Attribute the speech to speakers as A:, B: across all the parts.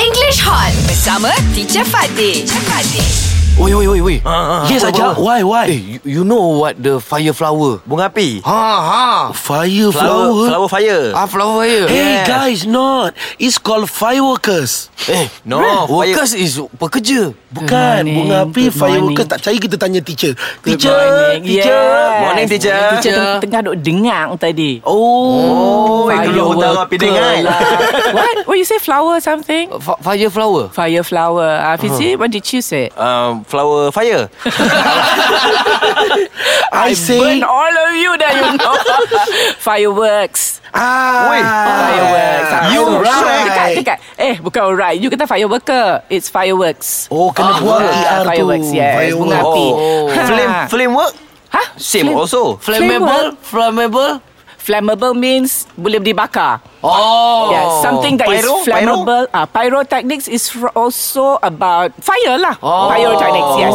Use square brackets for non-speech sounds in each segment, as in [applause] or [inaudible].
A: English Hot bersama Teacher Fatih. Teacher Fatih.
B: Oi, oi, oi, oi.
C: Ah, ah,
B: Yes,
C: apa,
B: Ajak.
C: apa?
B: Why,
C: Eh,
B: why?
C: you, you know what the fire flower? Bunga api.
B: Ha, ha.
C: Flower,
B: Fire, flower.
C: flower fire.
B: Ah, flower fire.
C: Yes.
B: Hey, guys, not. It's called fireworkers.
C: Eh, no. Fire.
B: Workers is pekerja. Bukan.
D: morning,
B: Bunga api,
D: good morning.
B: fireworkers. Tak percaya kita tanya teacher.
D: Good
B: Teacher,
D: morning.
B: teacher.
D: Yes.
C: Morning, teacher.
D: Teacher teng- tengah duk dengang tadi.
B: Oh.
C: Oh, eh, dulu hutang api dengang.
D: Fireworker lah. [laughs] What? What you say flower something?
C: F- fire flower.
D: Fire flower. Ah, Fizi, what did you say?
C: Um, flower fire.
B: I say.
D: Burn all of you dah you
B: [laughs]
D: know. Fireworks.
B: Ah.
D: Fireworks. Ah,
B: You
D: so- so Dekat,
B: right.
D: dekat. Eh, bukan alright. You kata fireworker. It's fireworks.
B: Oh, kena buang ER tu.
D: Ah, Fireworks, yes. Bunga
B: Fireworks.
D: api.
C: Oh.
D: Ha.
C: Flame, flame work.
D: Huh?
C: Same also.
D: Flammable?
B: Flammable.
D: Flammable means boleh dibakar.
C: Oh.
D: Yes, something that is
C: pyro? Pyro?
D: flammable. Uh, pyrotechnics is fr- also about fire lah. Pyrotechnics, yes.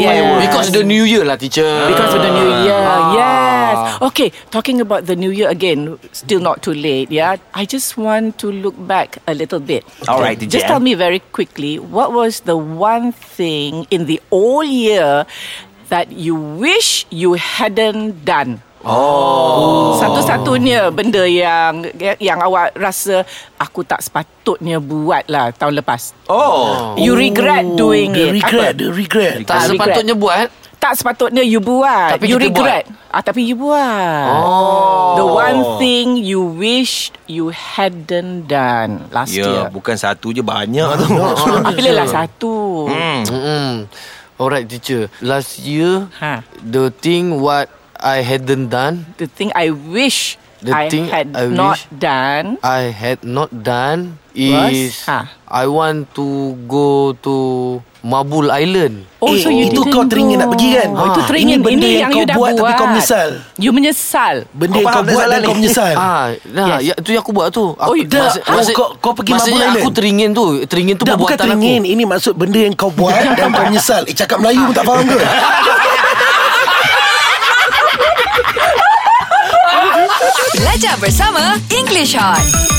D: yes.
C: Oh. Because the new year lah, teacher.
D: Because of the new
C: Ah.
D: year, yes. Okay, talking about the new year again, still not too late, yeah. I just want to look back a little bit.
C: All right,
D: Just
C: Jan.
D: tell me very quickly, what was the one thing in the old year that you wish you hadn't done? Oh. Satu-satunya benda yang yang awak rasa aku tak sepatutnya buat lah tahun lepas.
C: Oh.
D: You regret doing
B: The
D: it.
B: regret,
D: Apa?
B: the regret.
D: Tak sepatutnya buat
E: eh?
D: Tak sepatutnya you buat
C: Tapi
D: You
C: kita
D: regret buat. Ah, Tapi you buat oh. The one thing you wish you hadn't done Last
C: Ya, yeah,
D: year
C: bukan satu je banyak tu.
D: Bila lah satu hmm.
E: Mm. Alright, teacher. Last year,
D: Ha.
E: the thing what I hadn't done,
D: The thing I wish
E: The
D: I
E: thing
D: had
E: I
D: not
E: wish-
B: Ah,
D: done
E: I had not done
D: Was?
E: is
D: Ha.
E: I want to go to Mabul Island.
D: Oh,
B: Eh,
D: so you
B: itu
D: didn't
B: kau teringin
D: go.
B: nak pergi kan?
D: Oh, itu
B: Ah.
D: teringin.
B: Ini benda
D: Ini
B: yang
D: yang
B: kau
D: you dah
B: buat
D: buat.
B: tapi kau menyesal.
D: You menyesal.
B: Benda yang
C: Kau
B: kau
C: faham
B: buat
C: tak
B: dan
C: salah
B: kau
C: ni?
B: menyesal.
E: Ah, nah,
D: Yes.
E: yes. ya, tu yang aku buat tu.
D: Oh,
E: Aku,
D: dah. Ah,
B: kau- kau pergi Mabul
E: maksudnya aku
B: Island?
E: teringin tu. Teringin tu
B: Dah bukan
E: perbuatan
B: teringin
E: aku.
B: Ini maksud benda yang kau buat Dan kau menyesal Eh cakap Melayu pun tak faham ke
A: Belajar bersama English Hot.